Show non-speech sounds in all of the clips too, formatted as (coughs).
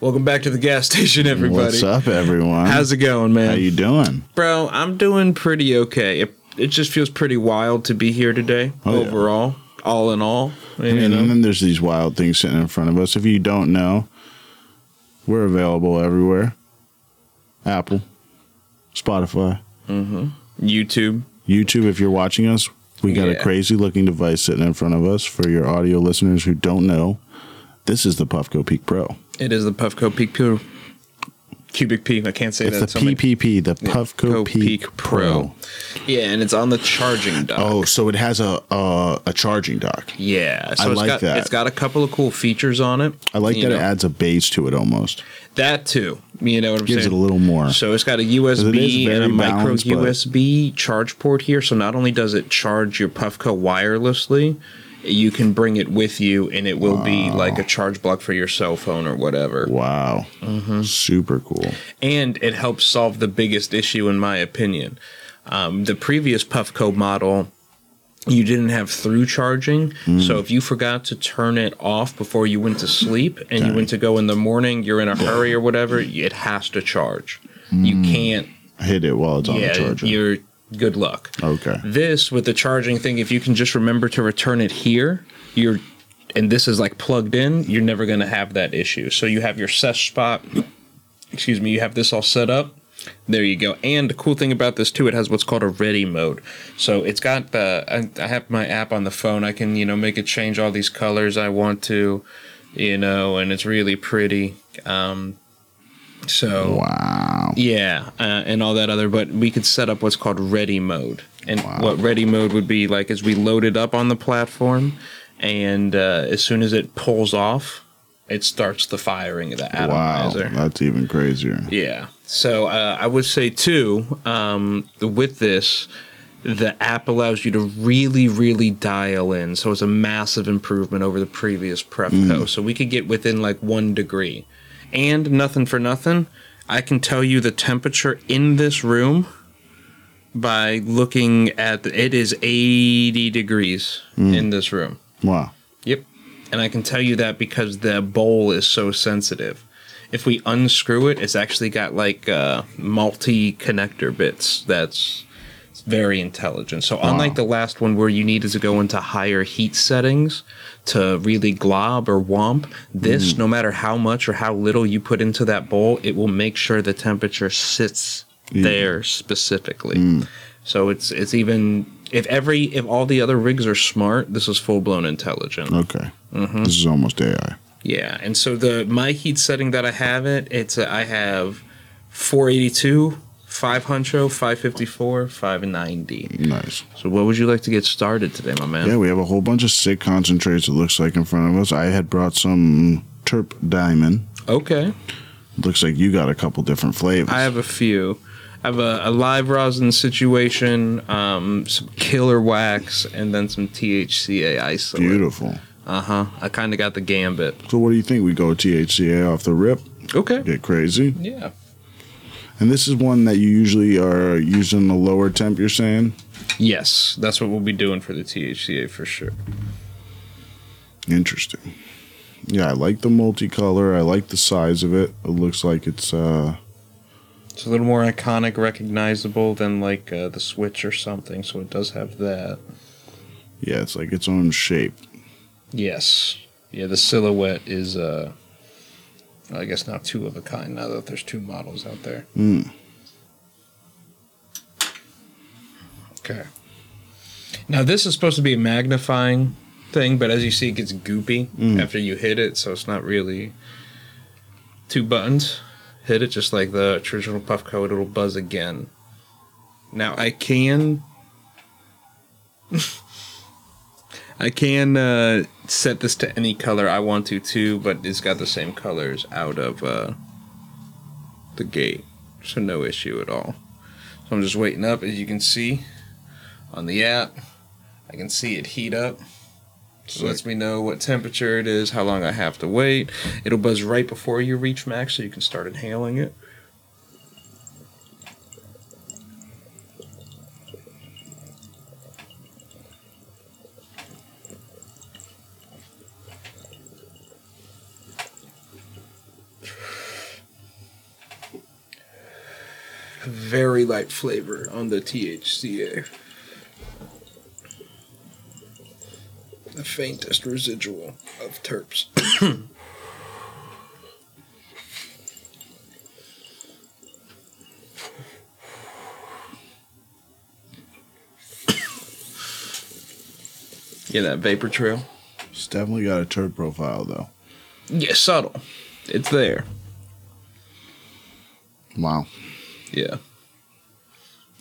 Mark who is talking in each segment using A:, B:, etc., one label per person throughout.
A: Welcome back to the gas (laughs) station, everybody.
B: What's up, everyone?
A: How's it going,
B: How
A: man?
B: you doing?
A: Bro, I'm doing pretty okay. It, it just feels pretty wild to be here today,
B: Oh, yeah. uh,
A: overall, all in all. You
B: And
A: know?
B: then there's these wild things sitting in front of us. If you don't know, we're available everywhere: Apple, Spotify,
A: YouTube.
B: YouTube. If you're watching us, we got
A: Yeah.
B: a crazy-looking device sitting in front of us. For your audio listeners who don't know, this is the Puffco Peak Pro.
A: It is the Puffco Peak Pure. Cubic P. I can't say
B: It's
A: that.
B: the
A: so many-
B: PPP, the
A: Co-
B: Puffco Peak, Pro.
A: Yeah, and it's on the charging dock.
B: Oh, so it has a uh, a, a charging dock.
A: Yeah, so
B: I
A: it's
B: like
A: got
B: that.
A: it's got a couple of cool features on it.
B: I like
A: you
B: that
A: know.
B: it adds a base to it almost.
A: That too. You know what I'm
B: Gives
A: saying?
B: it a little more.
A: So it's got a USB
B: very
A: and a micro
B: balanced, but-
A: USB charge port here. So not only does it charge your Puffco wirelessly, you can bring it with you, and it will be like a charge block for your cell phone or whatever.
B: Wow.
A: Mm-hmm.
B: Super cool.
A: And it helps solve the biggest issue, in my opinion. Um, the previous Puffco model. You didn't have through charging,
B: Hmm.
A: so if you forgot to turn it off before you went to sleep and you went to go in the morning, you're in a hurry or whatever, it has to charge.
B: Hmm.
A: You can't
B: Hit it while it's on the
A: yeah,
B: charger.
A: you're good luck.
B: okay.
A: This with the charging thing, if you can just remember to return it here, you're and this is like plugged in, you're never gonna have that issue. So you have your sesh spot, excuse me, you have this all set up. There you go. And the cool thing about this too, it has what's called a ready mode. So it's got the I, I have my app on the phone. I can, you know, make it change all these colors I want to, you know, and it's really pretty. Um so
B: Wow.
A: yeah, uh, and all that other, but we could set up what's called ready mode. And
B: Wow.
A: what ready mode would be like is we load it up on the platform, and uh, as soon as it pulls off, it starts the firing of the
B: Wow.
A: atomizer.
B: That's even crazier.
A: Yeah. So uh, I would say too, um, with this, the app allows you to really, really dial in. So it's a massive improvement over the previous Prefco. So we could get within like one degree, and nothing for nothing. I can tell you the temperature in this room by looking at the, it is 80 degrees in this room.
B: Wow.
A: Yep. And I can tell you that because the bowl is so sensitive. If we unscrew it, it's actually got like uh, multi connector bits. That's it's very intelligent. So unlike the last one where you needed to go into higher heat settings to really glob or womp, this no matter how much or how little you put into that bowl, it will make sure the temperature sits there specifically. So it's it's even if every if all the other rigs are smart, this is full blown intelligent.
B: Okay.
A: Mm-hmm.
B: This is almost AI.
A: Yeah, and so the my heat setting that I have it, it's uh, I have 482, 500, 554, 590.
B: Nice.
A: So what would you like to get started today, my man?
B: Yeah, we have a whole bunch of sick concentrates, it looks like, in front of us. I had brought some Terp Diamond.
A: Okay,
B: Looks like you got a couple different flavors.
A: I have a few. I have a, a live rosin situation, um, some killer wax, and then some THCA isolate.
B: Beautiful.
A: Uh huh. I kind of got the gambit.
B: So, what do you think? We go THCA off the rip,
A: Okay.
B: get crazy.
A: Yeah.
B: And this is one that you usually are using the lower temp, you're saying?
A: Yes, that's what we'll be doing for the THCA for sure.
B: Interesting. Yeah, I like the multicolor. I like the size of it. It looks like it's uh
A: It's a little more iconic, recognizable than like uh, the Switch or something, so it does have that.
B: yeah, it's like its own shape.
A: Yes. Yeah, the silhouette is, uh, I guess, not two of a kind now that there's two models out there.
B: Mm.
A: Okay. Now, this is supposed to be a magnifying thing, but as you see, it gets goopy
B: Mm.
A: after you hit it, so it's not really two buttons. Hit it just like the traditional puff code, it'll buzz again. Now, I can. (laughs) I can uh, set this to any color I want to, too, but it's got the same colors out of uh, the gate, so no issue at all. So I'm just waiting up, as you can see on the app. I can see it heat up. It lets me know what temperature it is, how long I have to wait. It'll buzz right before you reach max, so you can start inhaling it.
C: very light flavor on the THCA. The faintest residual of
A: (coughs)
C: terps.
A: Yeah, that vapor trail.
B: It's definitely got a turd profile though.
A: Yeah, subtle. It's there.
B: Wow,
A: Yeah.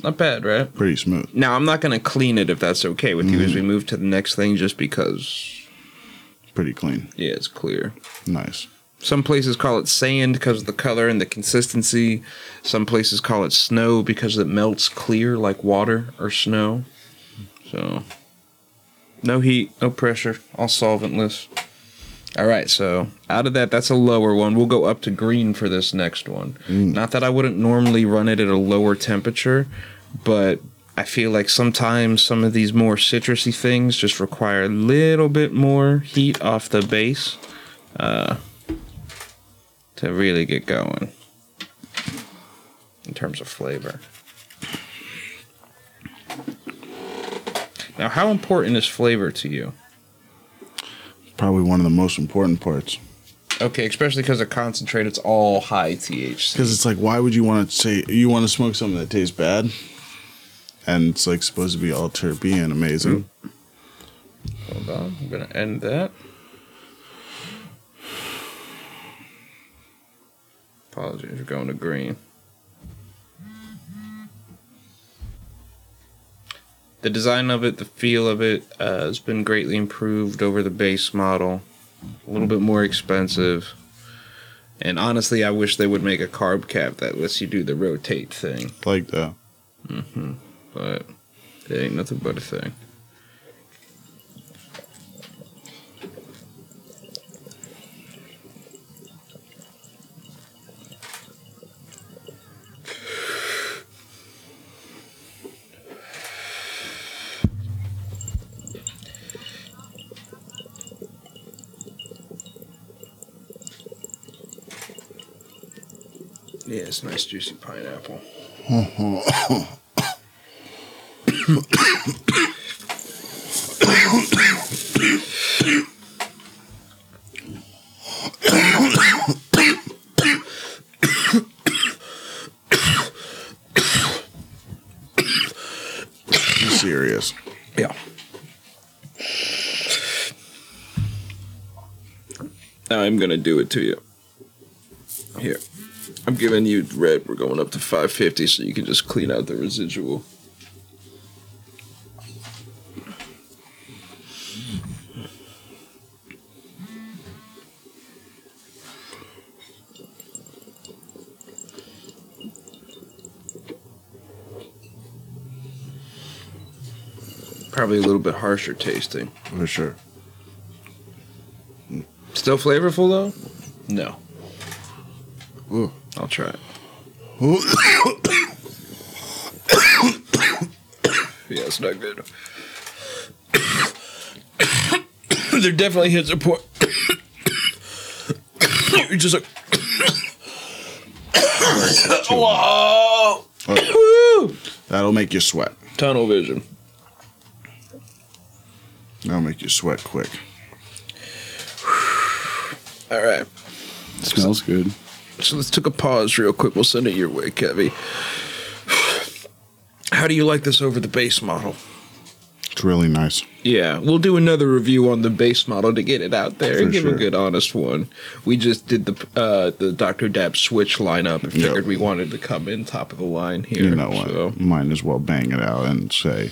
A: Not bad, right?
B: pretty smooth.
A: Now I'm not gonna clean it if that's okay with you as we move to the next thing, just because.
B: Pretty clean.
A: Yeah, it's clear.
B: Nice.
A: Some places call it sand because of the color and the consistency. Some places call it snow because it melts clear like water or snow. So, no heat, no pressure, all solventless. All right, so out of that, that's a lower one. We'll go up to green for this next one. Not that I wouldn't normally run it at a lower temperature, but I feel like sometimes some of these more citrusy things just require a little bit more heat off the base to really get going in terms of flavor. Now, how important is flavor to you?
B: Probably one of the most important parts
A: Okay, especially because of concentrate, it's all high THC.
B: because it's like, why would you want to say you want to smoke something that tastes bad? And it's like supposed to be all terpy and amazing.
A: Hold on, I'm gonna end that. Apologies, we're going to green. The design of it, the feel of it, uh, has been greatly improved over the base model. A little bit more expensive. And honestly, I wish they would make a carb cap that lets you do the rotate thing
B: Like that.
A: but it ain't nothing but a thing.
C: Yeah, it's nice juicy pineapple.
B: Be serious.
A: Yeah.
C: I'm gonna do it to you. Here. I'm giving you red. We're going up to 550 so you can just clean out the residual.
A: Probably a little bit harsher tasting.
B: For sure. (coughs)
A: Still flavorful though? No.
B: Ooh.
A: I'll try it.
C: Yeah, it's not good. (coughs) there definitely hits a point. (coughs) You're just like, (coughs) oh, woo!
B: That'll make you sweat.
C: tunnel vision.
B: That'll make you sweat quick.
C: All right.
B: smells good.
C: So let's take a pause real quick. We'll send it your way, Kevy. (sighs) How do you like this over the base model?
B: It's really nice.
C: Yeah, we'll do another review on the base model to get it out there and
B: For
C: give a
B: sure.
C: good, honest one. We just did the uh, the Doctor Dab switch lineup and
B: Yep.
C: figured we wanted to come in top of the line here.
B: You know what?
C: So,
B: Might as well bang it out and say,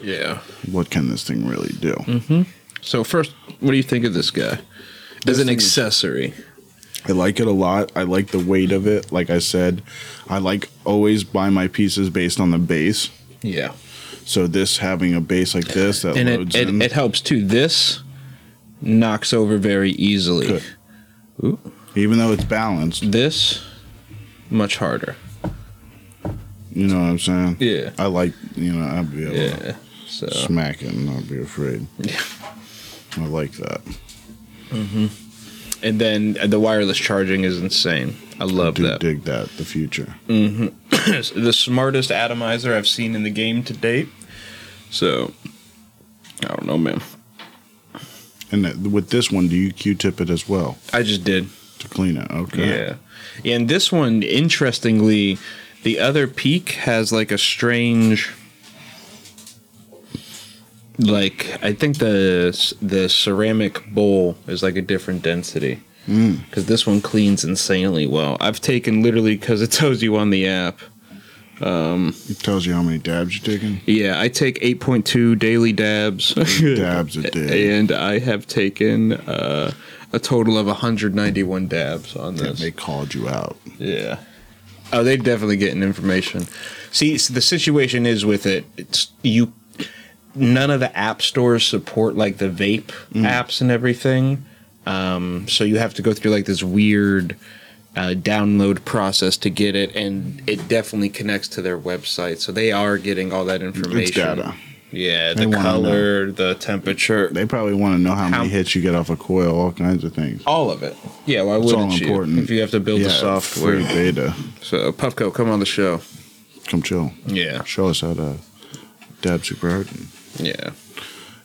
C: yeah.
B: what can this thing really do?
A: Mm. So first, what do you think of this guy? As an accessory.
B: I like it a lot. I like the weight of it. Like I said, I like always buy my pieces based on the base.
A: Yeah.
B: So this having a base like this that
A: And it,
B: loads in.
A: it, it helps too. This knocks over very easily.
B: Good. even though it's balanced,
A: This much harder.
B: you know what I'm saying?
A: Yeah.
B: I like, you know, I'd be able to
A: Yeah. So
B: smack it and not be afraid. I like that.
A: And then uh, the wireless charging is insane. I love
B: Do
A: that.
B: dig that the future.
A: (clears throat) the smartest atomizer I've seen in the game to date. So
C: I don't know, man.
B: And that, with this one, do you Q-tip it as well
A: I just did.
B: to clean it? Okay.
A: Yeah. And this one, interestingly, the other peak has like a strange. Like I think the the ceramic bowl is like a different density because this one cleans insanely well. I've taken literally because it tells you on the app.
B: It tells you how many dabs you're taking.
A: Yeah, I take eight point two daily dabs, (laughs)
B: Dabs a day.
A: and I have taken uh, a total of one hundred ninety one dabs on
B: Damn,
A: this.
B: they called you out.
A: Yeah. Oh, they're definitely getting information. See, s the situation is with it. It's you. None of the app stores support like the vape
B: Mm.
A: apps and everything. Um, so you have to go through like this weird uh, download process to get it, and it definitely connects to their website. So they are getting all that information.
B: It's data.
A: Yeah,
B: They
A: the
B: wanna know.
A: color, the temperature,
B: They probably want to know how,
A: How-
B: many hits you get off a coil, all kinds of things.
A: all of it. Yeah, why
B: It's all
A: wouldn't you?
B: important.
A: If you have to build the software.
B: free beta.
A: So Puffco, come on the show.
B: Come chill.
A: Yeah,
B: Show us how to dab super hard.
A: yeah.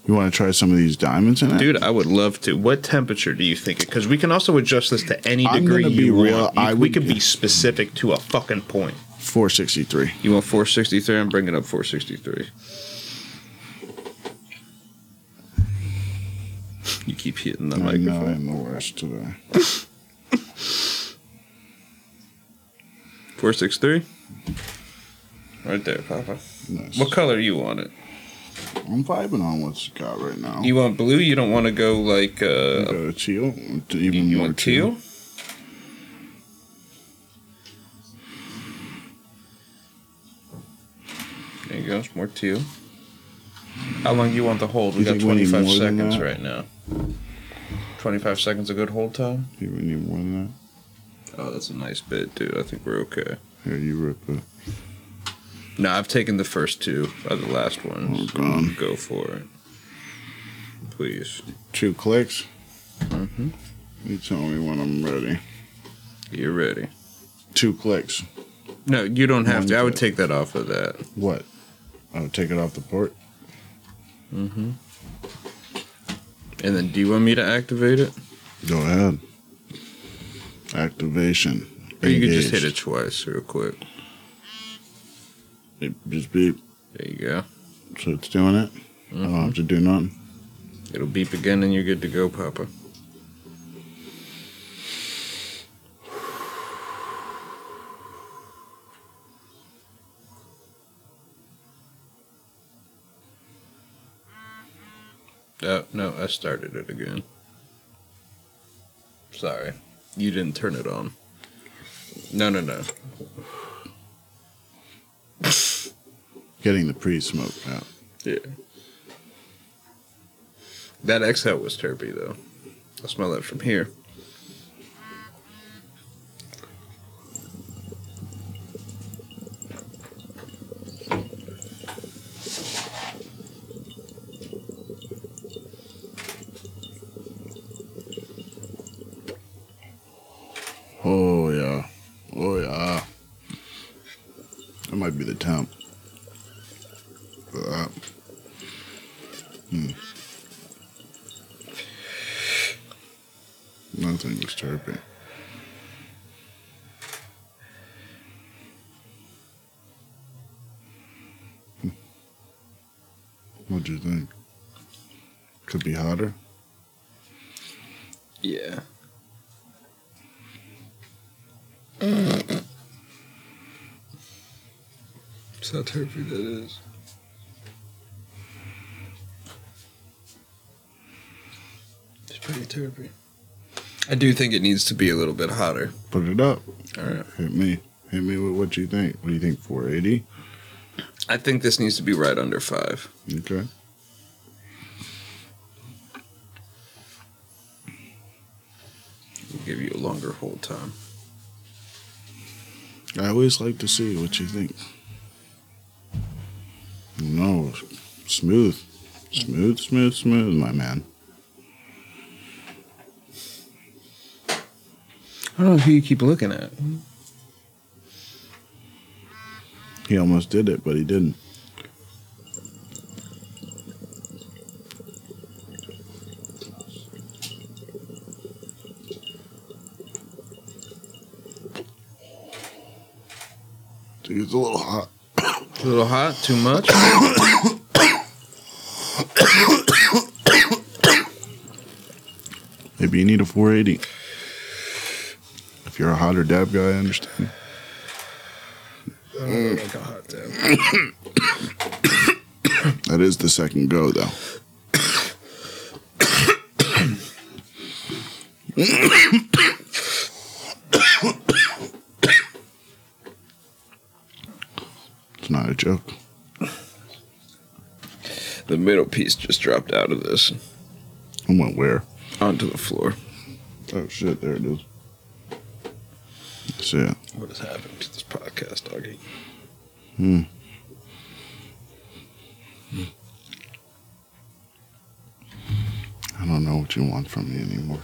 B: You want to try some of these diamonds in it,
A: Dude, I would love to. What temperature do you think? Because we can also adjust this to any
B: I'm
A: degree
B: gonna be
A: you want.
B: real,
A: You-
B: I
A: we
B: would-
A: could be specific to a fucking point.
B: Four sixty three.
A: You want 463? I'm bringing up 463. You keep hitting the
B: I know
A: microphone.
B: I'm the worst today.
A: 463? Right there, Papa.
B: Nice.
A: What color you want it?
B: I'm vibing on what's got right now.
A: You want blue? You don't want to go like, uh,
B: Go to teal, even
A: you, you
B: more
A: want teal? There you go, it's more teal. How long do you want the hold? We
B: You
A: got
B: think we need
A: 25
B: more than
A: seconds
B: that?
A: right now. 25 seconds a good hold time?
B: You would need more than that.
A: Oh, that's a nice bit, dude. I think we're okay.
B: Here, you rip it.
A: No, I've taken the first two by the last one.
B: Oh,
A: so
B: God.
A: go for it. Please.
B: Two clicks.
A: Mhm.
B: You tell me when I'm ready.
A: You ready?
B: Two clicks.
A: No, you don't have
B: One
A: to. I would
B: click.
A: take that off of that.
B: What? Oh, take it off the port.
A: Mm-hmm. And then, do you want me to activate it?
B: Go ahead. Activation.
A: Or you could just hit
B: Engaged.
A: it twice, real quick.
B: It just beep.
A: There you go.
B: So it's doing it. I don't have to do nothing.
A: It'll beep again, and you're good to go, Papa. Oh, no, I started it again. Sorry. You didn't turn it on. No, no, no.
B: Getting the pre-smoke out.
A: Yeah. That exhale was terpy, though. I smell that from here.
B: Oh yeah. Oh yeah. That might be the temp. For that. Hmm. Nothing was terpy. Hmm. What'd you think? Could be hotter.
A: Yeah. It's how terpy that is. It's pretty terpy. I do think it needs to be a little bit hotter.
B: Put it up.
A: All right.
B: Hit me. Hit me with what you think. What do you think? 480?
A: I think this needs to be right under five.
B: Okay.
A: We'll give you a longer hold time.
B: I always like to see what you think. No, smooth, smooth, smooth, smooth, my man.
A: I don't know who you keep looking at.
B: He almost did it, but he didn't. Dude, it's a little hot.
A: A little hot,
C: (coughs)
A: too much.
B: Maybe you need a 480. If you're a hotter dab guy, I understand.
A: like a hot tub.
B: That is the second go, though. it's not a joke.
C: The middle piece just dropped out of this
B: I went where?
C: onto the floor.
B: Oh shit! There it is. That's it.
C: What has happened to this podcast, doggy?
B: I don't know what you want from me anymore.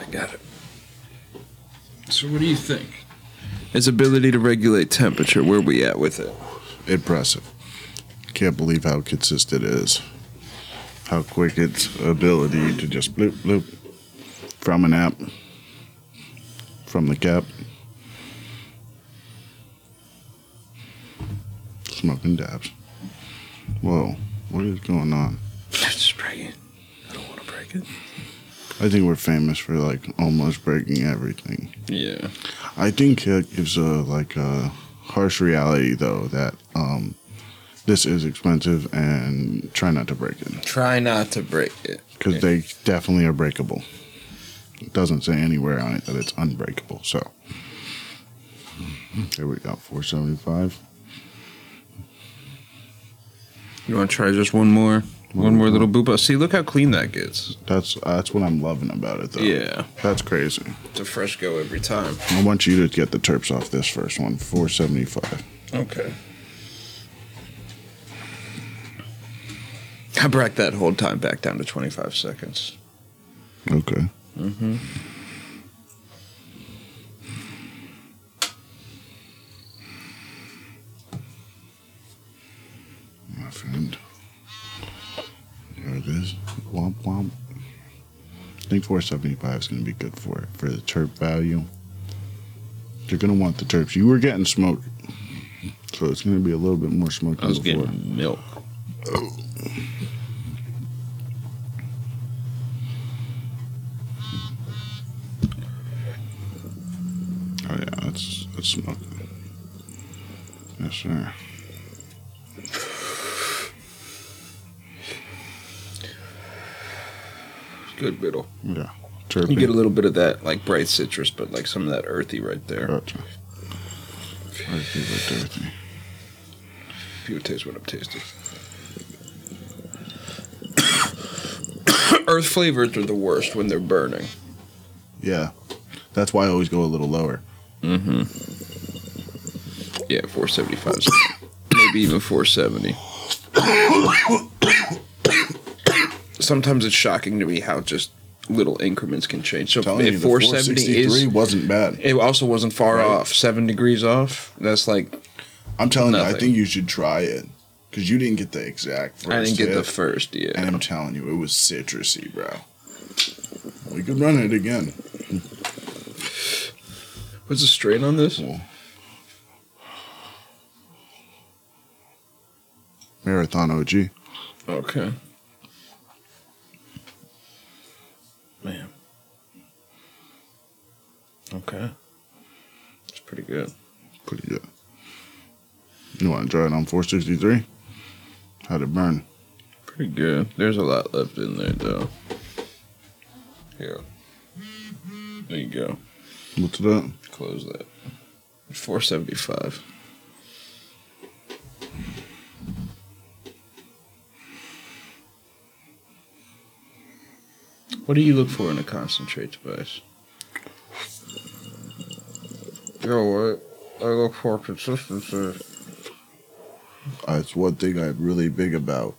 C: I got it. So, what do you think? His ability to regulate temperature, where we at with it?
B: Impressive. Can't believe how consistent it is. How quick its ability to just bloop bloop from an app, from the cap. Smoking dabs. Whoa, what is going on?
C: Just break it. I don't want to break it.
B: I think we're famous for like almost breaking everything.
C: Yeah.
B: I think it gives a like a harsh reality though that um, this is expensive and try not to break it.
A: Try not to break it.
B: because they definitely are breakable. It doesn't say anywhere on it that it's unbreakable. So there we go, four seventy five.
A: You want to try just one more, one more little boop up? See, look how clean that gets.
B: That's that's what I'm loving about it, though.
A: Yeah,
B: that's crazy.
A: it's a fresh go every time.
B: I want you to get the terps off this first one, four seventy five.
A: Okay. I brought that hold time back down to 25 seconds.
B: Okay. Mm-hmm. Mm-hmm. My friend. There it is. Womp womp. I think 475 is going to be good for it, for the terp value. You're going to want the terps. You were getting smoke. So it's going to be a little bit more smoke
A: I
B: than
A: was
B: before.
A: getting milk.
B: Oh, yeah, that's, that's smoke. Yes, sir.
C: Good middle.
B: Yeah. Terp.
A: You get a little bit of that, like bright citrus, but like some of that earthy right there.
B: Gotcha. Alright, give it to Dorothy.
C: If you would taste what I'm tasting. (coughs) Earth flavors are the worst when they're burning.
B: Yeah. That's why I always go a little lower.
C: Yeah, 475. maybe even 470. Sometimes it's shocking to me how just little increments can change. So
B: Telling you,
C: if
B: the
C: 470
B: 463
C: is,
B: wasn't bad.
A: It also wasn't far off, seven degrees off. That's like
B: I'm telling you, I
A: nothing.
B: think you should try it because you didn't get the exact. First
A: I didn't get the
B: hit,
A: first. Yeah,
B: and I'm telling you, it was citrusy, bro. We could run it again.
C: what's the strain on this?
B: Marathon OG.
C: Okay. Man. Okay. It's pretty good.
B: Pretty good. You want to try it on 463? How'd it burn?
C: Pretty good. There's a lot left in there though. Here. There you go.
B: What's it up?
C: Close that. 475. What do you look for in a concentrate device? You know what? I look for consistency.
B: That's one thing I'm really big about.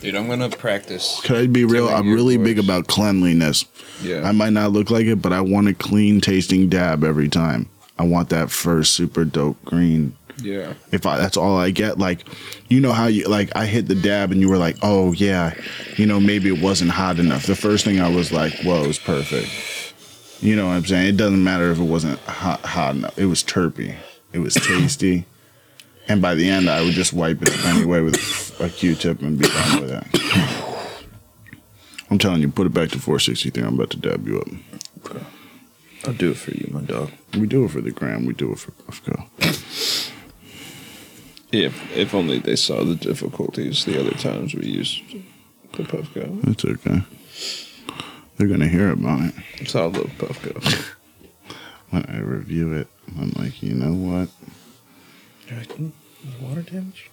A: Dude, I'm gonna practice.
B: Can I be real?
A: Doing
B: I'm
A: your
B: really
A: voice.
B: big about cleanliness.
C: Yeah.
B: I might not look like it, but I want a clean tasting dab every time. I want that first super dope green.
C: yeah.
B: If I, that's all I get, like, you know how you like I hit the dab and you were like, oh yeah, you know maybe it wasn't hot enough. The first thing I was like, whoa, it's perfect. You know what I'm saying? It doesn't matter if it wasn't hot hot enough. It was terpy. It was tasty. and by the end, I would just wipe it anyway with a Q-tip and be done with it. (coughs) I'm telling you, put it back to 463. I'm about to dab you up.
C: I'll do it for you, my dog.
B: We do it for the gram. We do it for Puffco.
C: If if only they saw the difficulties the other times we used the Puffco.
B: That's okay. They're gonna hear about it
C: It's all love Puffco.
B: when I review it. I'm like, you know what?
C: You're like, "Mm, is water damage?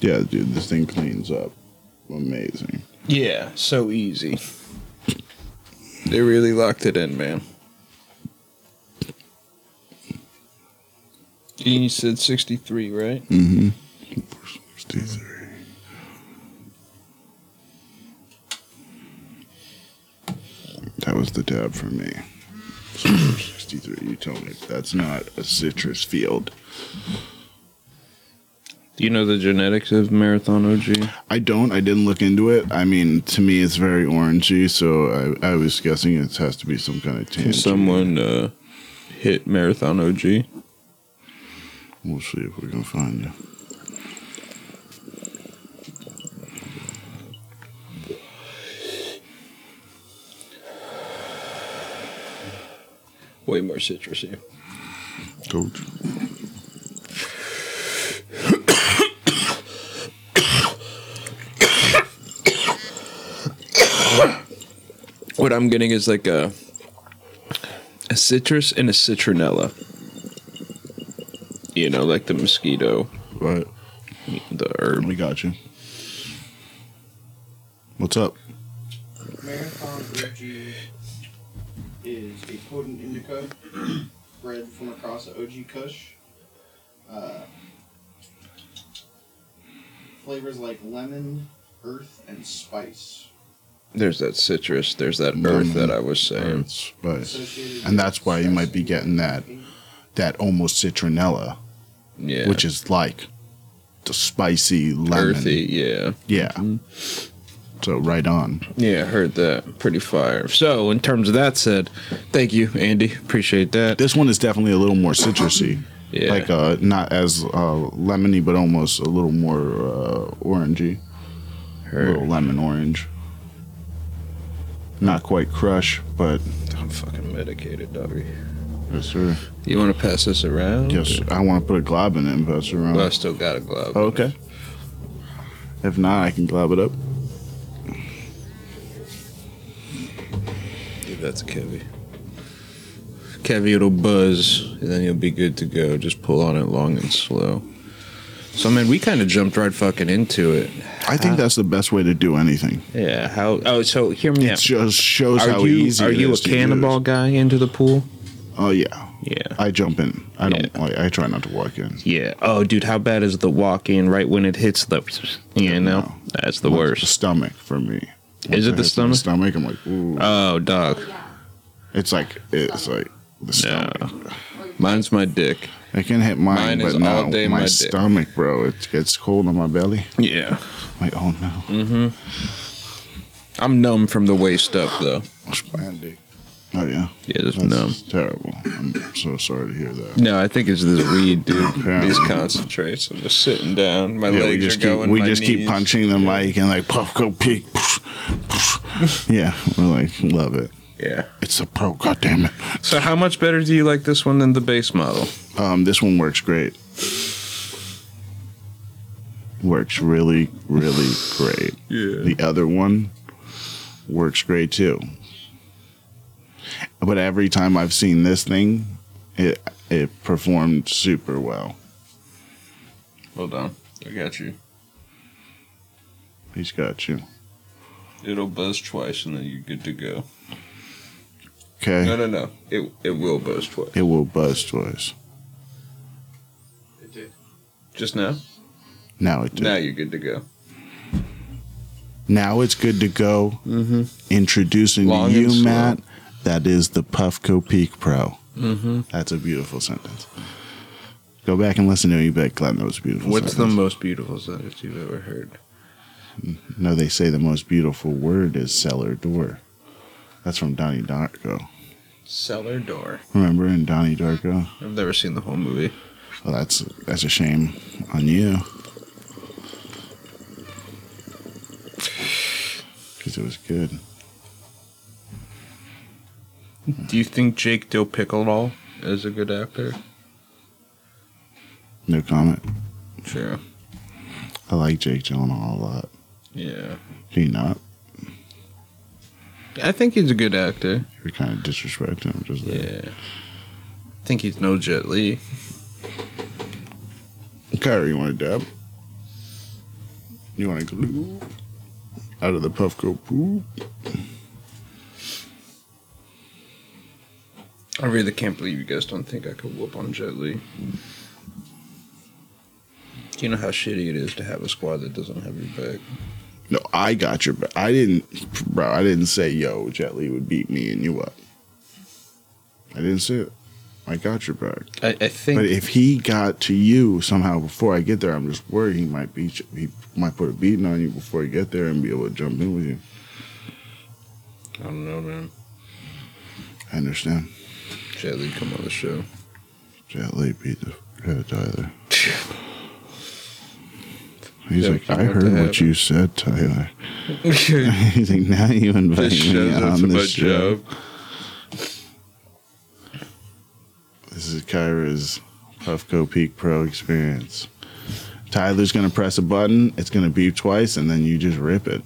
B: Yeah, dude, this thing cleans up. Amazing.
C: Yeah, so easy. They really locked it in, man. And you said 63, right?
B: Mm-hmm. 63. That was the dab for me. So 63. You tell me if that's not a citrus field.
A: Do you know the genetics of Marathon OG?
B: I don't. I didn't look into it. I mean, to me, it's very orangey, so I, I was guessing it has to be some kind of tan.
A: Can someone uh, hit Marathon OG?
B: We'll see if we can find it.
C: Way more citrusy.
B: Coach.
C: What I'm getting is like a a citrus and a citronella. You know, like the mosquito,
B: Right.
C: the herb.
B: We got you. What's up?
D: Marathon OG is a potent indica (clears throat) bred from across the OG Kush. Uh, flavors like lemon, earth, and spice.
C: There's that citrus. There's that
B: Lemon,
C: earth that I was saying.
B: Earth, spice.
D: Associated
B: And
D: with
B: that's why you might be
D: stress
B: getting that,
D: and-
B: that almost citronella,
C: Yeah.
B: which is like the spicy lemon.
C: earthy. Mm-hmm. Yeah.
B: Yeah. So right on.
C: Yeah, I heard that. Pretty fire.
A: So, in terms of that said, thank you, Andy. Appreciate that.
B: This one is definitely a little more citrusy.
A: Yeah.
B: Like uh, not as uh, lemony, but almost a little more uh, orangey. A little lemon orange. Not quite crush, but
C: I'm fucking medicated, doggy.
B: yes, sir.
C: You want to pass this around?
B: Yes, sir. I want to put a glob in it and pass it around. Oh,
C: Well, I still got a glove.
B: Okay. If not, I can glob it up.
C: Dude, that's Kevy.
A: Kevy, it'll buzz, and then you'll be good to go. Just pull on it long and slow. So, man, we kind of jumped right fucking into it.
B: I
A: Uh,
B: think that's the best way to do anything.
A: Yeah. How? Oh, so hear me
B: It
A: out.
B: just shows
A: Are
B: how
A: you
B: easy.
A: are
B: it
A: you a
B: is to
A: cannonball
B: use.
A: guy into the pool?
B: Oh yeah,
A: Yeah.
B: I jump in. I don't.
A: Yeah.
B: Like, I try not to walk in.
A: Yeah. Oh, dude, how bad is the walk in right when it hits the? You know,
B: No.
A: that's the
B: The
A: worst.
B: stomach for me.
A: Is it the
B: hits my
A: stomach?
B: Stomach. I'm like, ooh.
A: Oh, dog.
B: it's like it's like the
A: No.
B: stomach.
A: Mine's my dick.
B: I can hit mine,
C: Mine is
B: but
C: all
B: not
C: day
B: my
C: my dick.
B: stomach, bro. It gets cold on my belly.
A: Yeah.
B: Like, oh no,
A: Mm. I'm numb from the waist up though.
B: it's my dick. Oh yeah,
A: Yeah, just
B: that's
A: numb.
B: terrible. I'm so sorry to hear that.
A: No, I think it's this weed,
B: (clears throat)
A: dude.
B: Apparently.
C: These concentrates. I'm just sitting down. My
B: Yeah,
C: legs
B: we just
C: are
B: keep
C: going.
B: we
C: my
B: just keep
C: knees.
B: punching the mic and like puff go peek. yeah, we're like love it.
C: Yeah.
B: It's a pro, god damn it.
A: So, how much better do you like this one than the base model?
B: Um, this one works great. Works really, really great.
C: (laughs) Yeah.
B: The other one works great too. But every time I've seen this thing, it it performed super well.
C: Hold on. I got you.
B: He's got you.
C: It'll buzz twice and then you're good to go.
B: Okay.
C: No, no, no. It it will buzz twice.
B: It will buzz twice.
D: It did.
C: Just now?
B: Now it
C: Now you're good to go.
B: now it's good to go.
C: Mm-hmm.
B: Introducing
C: Long
B: to
C: and
B: you,
C: slow.
B: Matt. That is the Puffco Peak Pro.
A: Mm-hmm.
B: That's a beautiful sentence. Go back and listen to it. You bet glad that was a beautiful.
A: What's the
B: sentence.
A: most beautiful sentence you've ever heard?
B: No, they say the most beautiful word is cellar door. That's from Donnie Darko.
A: Cellar door.
B: Remember in Donnie Darko?
A: I've never seen the whole movie.
B: Well, that's that's a shame on you. Because it was good.
A: Do you think Jake Dill Pickledall is a good actor?
B: No comment.
A: Sure.
B: I like Jake Gyllenhaal a lot.
A: Yeah.
B: Do you not?
A: I think he's a good actor.
B: You're kind of disrespecting him. Just there.
A: Yeah. I think he's no Jet Li.
B: Kyrie, you want to dab? You want to glue? Out of the puff go poop.
A: I really can't believe you guys don't think I could whoop on Jet Li. Do you know how shitty it is to have a squad that doesn't have your back?
B: No, I got your. ba- I didn't, bro. I didn't say yo. Jet Li would beat me and you up. I didn't say it. I got your back.
A: I, I think
B: But if he got to you somehow before I get there, I'm just worried he might beat you. He might put a beating on you before you get there and be able to jump in with you.
A: I don't know, man.
B: I understand.
A: Jet Li, come on
C: (laughs)
A: the show.
B: Jet Li beat the head of Tyler. He's
A: Yeah,
B: like,
A: I'm
B: I
A: about to
B: heard
A: have
B: what
A: it."
B: you said, Tyler. (laughs) He's like, now you invite
A: This
B: me
A: show's up
B: on
A: to my
B: this show.
A: job.
B: This is Kyra's Puffco Peak Pro experience. Tyler's gonna press a button. It's gonna beep twice, and then you just rip it.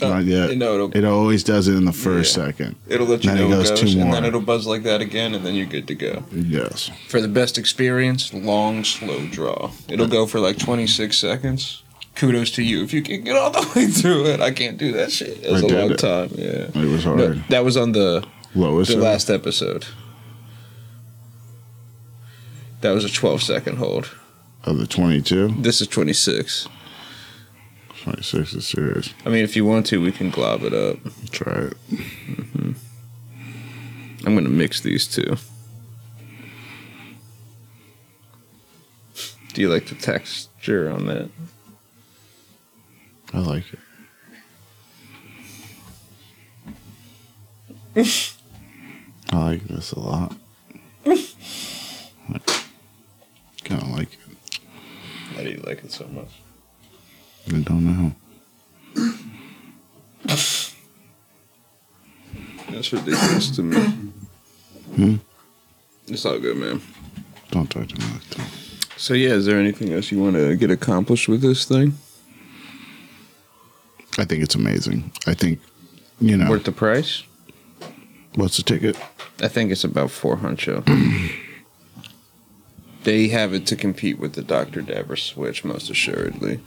B: Not yet.
C: Oh, You know, it'll,
B: It always does it in the first
C: Yeah.
B: second.
C: it'll let you
B: then it
C: know it
B: goes
C: goes,
B: two
C: and
B: more.
C: then it'll buzz like that again, and then you're good to go.
B: Yes.
A: For the best experience,
C: Long, slow draw. It'll go for like 26 seconds. Kudos to you if you can get all the (laughs) way through it. I can't do that shit. It was
B: I
C: a
B: did
C: long
B: it.
C: time. Yeah.
B: It was
C: No,
B: hard.
C: that was on the,
B: Lowest.
C: the
B: of-
C: last episode. That was a 12 second hold.
B: of the 22.
C: This is 26.
B: 26 is serious.
C: I mean, if you want to, we can glob it up.
B: Try it.
C: I'm gonna mix these two. Do you like the texture on that?
B: I like it. I like this a lot. kind of like it.
C: Why do you like it so much?
B: I don't know.
C: That's ridiculous to me. It's all good, man.
B: Hmm? Don't talk to me like that.
C: So yeah, is there anything else you want to get accomplished with this thing?
B: I think it's amazing. I think, you know,
C: Worth the price?
B: what's the ticket?
C: I think it's about four hundred. (clears throat) they have it to compete with the Dr. Dabber Switch, most assuredly.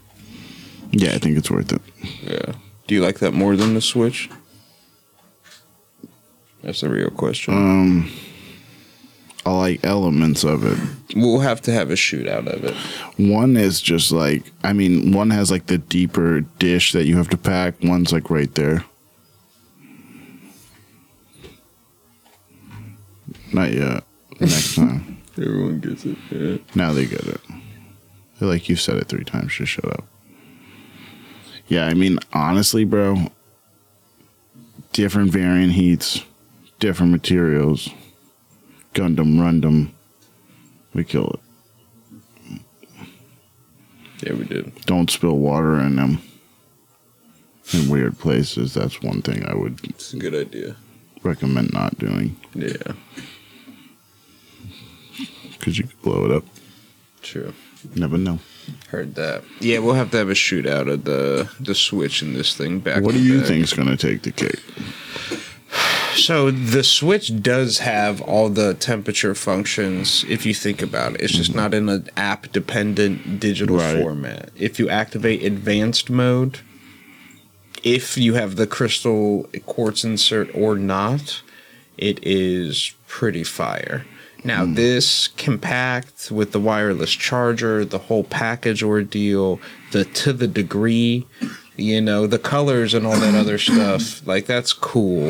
B: Yeah, I think it's worth it.
C: Yeah. Do you like that more than the Switch? That's the real question.
B: Um, I like elements of it.
C: We'll have to have a shootout of it.
B: One is just like, I mean, one has like the deeper dish that you have to pack. One's like right there. Not yet. Next time.
C: Everyone gets it. Yeah.
B: Now they get it. I feel like you've said it three times. Just shut up. Yeah, I mean, honestly, bro, different variant heats, different materials. Gundam, Rundum. We kill it.
C: Yeah, we did.
B: don't spill water in them in weird places that's one thing i would
C: It's a good idea.
B: recommend not doing
C: Yeah,
B: because you could blow it up
C: true.
B: never know
C: Heard that. Yeah, we'll have to have a shootout of the the Switch and this thing back.
B: what
C: to
B: do you
C: back.
B: think's going to take the cake
A: So the Switch does have all the temperature functions if you think about it. It's just not in an app dependent digital
B: Right.
A: format. If you activate advanced mode, if you have the crystal quartz insert or not, it is pretty fire. Now,
B: Hmm.
A: this compact with the wireless charger, the whole package ordeal, the to the degree, you know, the colors and all that other stuff, like that's cool.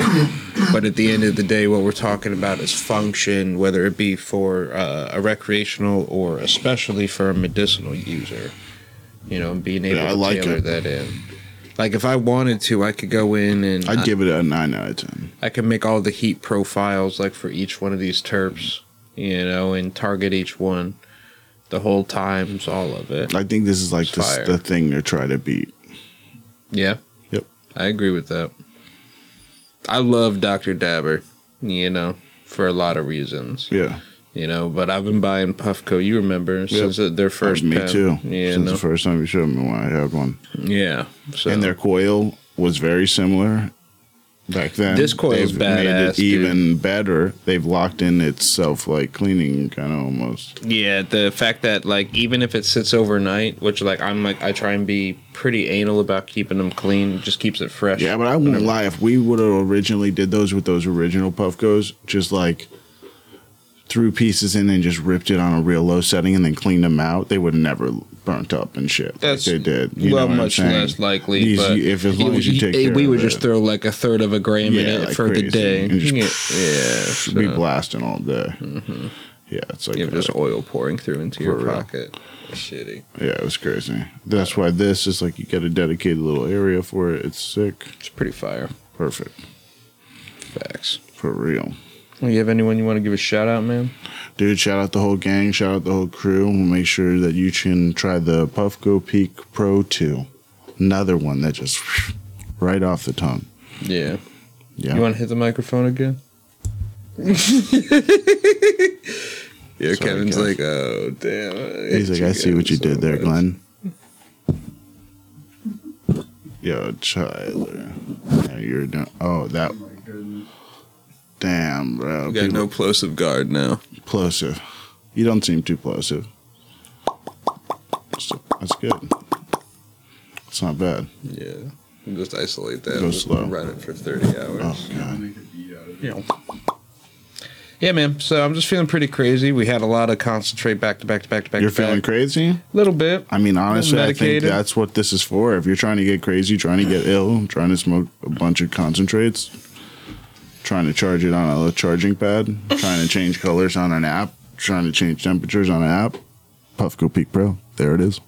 A: But at the end of the day, what we're talking about is function, whether it be for uh, a recreational or especially for a medicinal user, you know, and being able
B: Yeah, I
A: to
B: like
A: tailor
B: it.
A: that in. Like, if I wanted to, I could go in and
B: I'd
A: I-
B: give it a nine out of ten.
A: I can make all the heat profiles like for each one of these terps, you know, and target each one the whole times, all of it.
B: I think this is like
A: It's
B: the,
A: fire.
B: the thing they're trying to beat.
A: Yeah.
B: Yep.
A: I agree with that. I love Dr. Dabber, you know, for a lot of reasons,
B: Yeah,
A: you know, but I've been buying Puffco, you remember, since their first
B: me
A: pen.
B: too.
A: Yeah.
B: Since
A: no-
B: the first time you showed me one, I had one,
A: yeah. So
B: and their coil was very similar back then.
A: This coil's
B: They've
A: badass, dude.
B: even better. They've locked in itself like cleaning kind of almost.
A: Yeah, the fact that like even if it sits overnight, which like I'm like I try and be pretty anal about keeping them clean, just keeps it fresh.
B: Yeah, but I won't lie. If we would have originally did those with those original Puffcos, just like threw pieces in and just ripped it on a real low setting and then cleaned them out, they would have never burnt up and shit.
A: That's
B: like they did. You
A: well,
B: know what I'm
A: much
B: saying?
A: less likely.
B: These-
A: but
B: if as long
A: it-
B: as you take
A: it-
B: care
A: we
B: of
A: would
B: it.
A: just throw like a third of a gram in
B: Yeah,
A: it
B: like
A: for
B: crazy.
A: the day.
B: And just
A: yeah, so, Mm-hmm.
B: be blasting all day. Yeah, it's like
A: yeah, just
B: uh,
A: oil pouring through into your
B: For real.
A: pocket. It's shitty.
B: yeah, it was crazy. That's why this is like you got a dedicated little area for it. It's sick,
A: It's pretty fire.
B: perfect
A: Facts.
B: for real,
A: Well, you have anyone you want to give a shout out, man?
B: dude. Shout out the whole gang. Shout out the whole crew. We'll make sure that you can try the Puffco Peak Pro Two, another one that just (laughs) right off the tongue.
A: Yeah.
B: Yeah,
A: You want to hit the microphone (laughs) again? yeah,
B: Sorry,
A: Kevin's
B: Kev.
A: like, oh damn.
B: He's like, I see what you did there,
A: Glenn.
B: Glenn. Yo, Tyler. Yeah, you're doing. Oh, that. Damn, bro.
C: You got no plosive guard now.
B: plosive. You don't seem too plosive. So, that's good. It's not bad.
C: Yeah. Just isolate that.
B: Go
C: and
B: slow.
C: Run it for 30 hours.
B: Oh, God.
A: Yeah, man. So I'm just feeling pretty crazy. We had a lot of concentrate back to back to back to back.
B: You're
A: to back.
B: feeling crazy?
A: little bit.
B: I mean, honestly, I think
A: medicated.
B: that's what this is for. If you're trying to get crazy, trying to get ill, trying to smoke a bunch of concentrates, trying to charge it on a little charging pad, trying to change colors on an app, trying to change temperatures on an app, Puffco Peak Pro. There it is.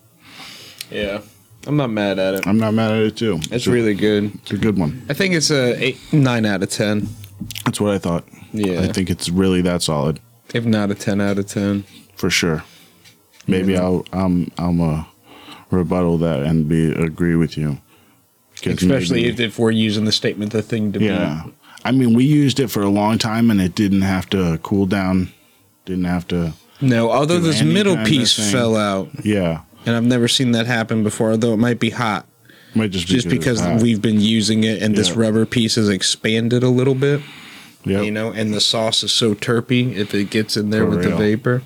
A: Yeah, I'm not mad at it.
B: I'm not mad at it too.
A: It's
B: a-
A: really good.
B: it's a good one.
A: I think it's a eight, nine out of ten.
B: That's what I thought.
A: Yeah,
B: I think it's really that solid
A: if not a ten out of ten.
B: for sure. Maybe
A: Yeah.
B: I'll I'm I'm uh, rebuttal that and be agree with you. 'Cause
A: Especially
B: maybe-
A: if, if we're using the statement the thing to
B: Yeah. I mean, we used it for a long time and it didn't have to cool down. Didn't have to.
A: be. No, although
B: Do
A: this
B: any
A: middle
B: kind of
A: piece
B: thing.
A: fell out,
B: Yeah.
A: and I've never seen that happen before. Although it might be hot,
B: Might just,
A: just because we've been using it, and this
B: Yeah.
A: rubber piece has expanded a little bit.
B: yep.
A: You know, and the sauce is so terpy if it gets in there
B: For
A: with the
B: real.
A: vapor.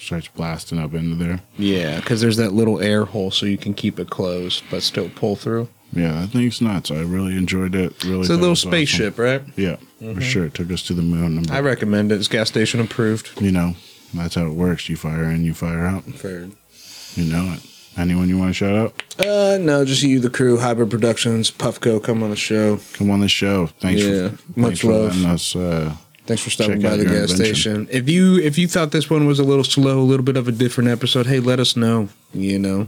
B: starts blasting up into there.
A: Yeah, because there's that little air hole, so you can keep it closed but still pull through.
B: Yeah, that thing's nuts. I really enjoyed it. Really,
A: It's a
B: thought it
A: little
B: was awesome.
A: spaceship, right?
B: Yeah, for sure. It took us to the moon. and-
A: I recommend it. It's gas station approved.
B: you know, that's how it works. You fire in, you fire out. You know it. Anyone you want to shout out?
A: Uh, no, just you, the crew, Hybrid Productions, Puffco, come on the show.
B: Come on the show. Thanks.
A: Yeah,
B: for,
A: much
B: thanks for
A: love.
B: letting us. Uh,
A: Thanks for stopping
B: Check out
A: by the
B: your
A: gas
B: invention.
A: station. If you if you thought this one was a little slow, a little bit of a different episode, hey, let us know. You know,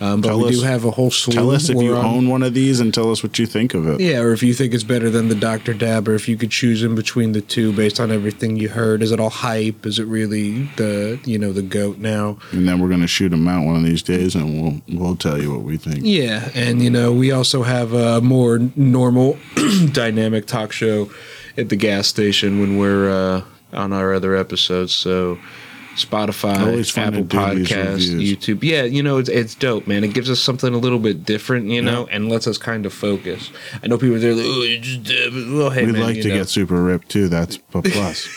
A: um, but
B: Tell
A: we
B: us-
A: do have a whole slew.
B: tell us if
A: We're
B: you
A: on-
B: own one of these and tell us what you think of it.
A: Yeah, or if you think it's better than the Dr. Dab, or if you could choose in between the two based on everything you heard. Is it all hype? Is it really the you know the goat now?
B: And then we're gonna shoot them out one of these days, and we'll we'll tell you what we think.
A: Yeah, and you know we also have a more normal, (clears throat) dynamic talk show at the gas station when we're uh, on our other episodes. So.
B: I
A: Spotify,
B: always find
A: Apple
B: to do these
A: Podcasts,
B: reviews.
A: YouTube. Yeah, you know, it's, it's dope, man. It gives us something a little bit different, you know, and lets us kind of focus. I know people are there like, oh, you just dab it." well, hey,
B: We'd
A: man,
B: like
A: you
B: to
A: know. (laughs)
B: get super ripped too. That's (laughs) a plus.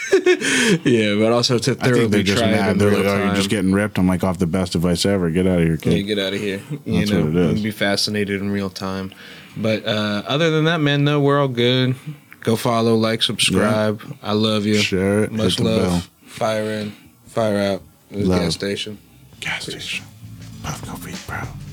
A: Yeah, but also to
B: I
A: thoroughly
B: think they're just
A: try it.
B: mad.
A: in
B: They're
A: real
B: like, "Oh, you're
A: time.
B: just getting ripped." I'm like, "Off the best advice ever. Get out of here,
A: Yeah,
B: kid."
A: get out of here. You
B: That's
A: know,
B: what it is.
A: you'd be fascinated in real time. But uh, other than that, man, no, we're all good. Go follow, like, subscribe. I love you.
B: Share it.
A: Much
B: hit the
A: love. Fire in, fire out. There's a
B: Love.
A: gas station.
B: Gas station. Puff coffee, bro.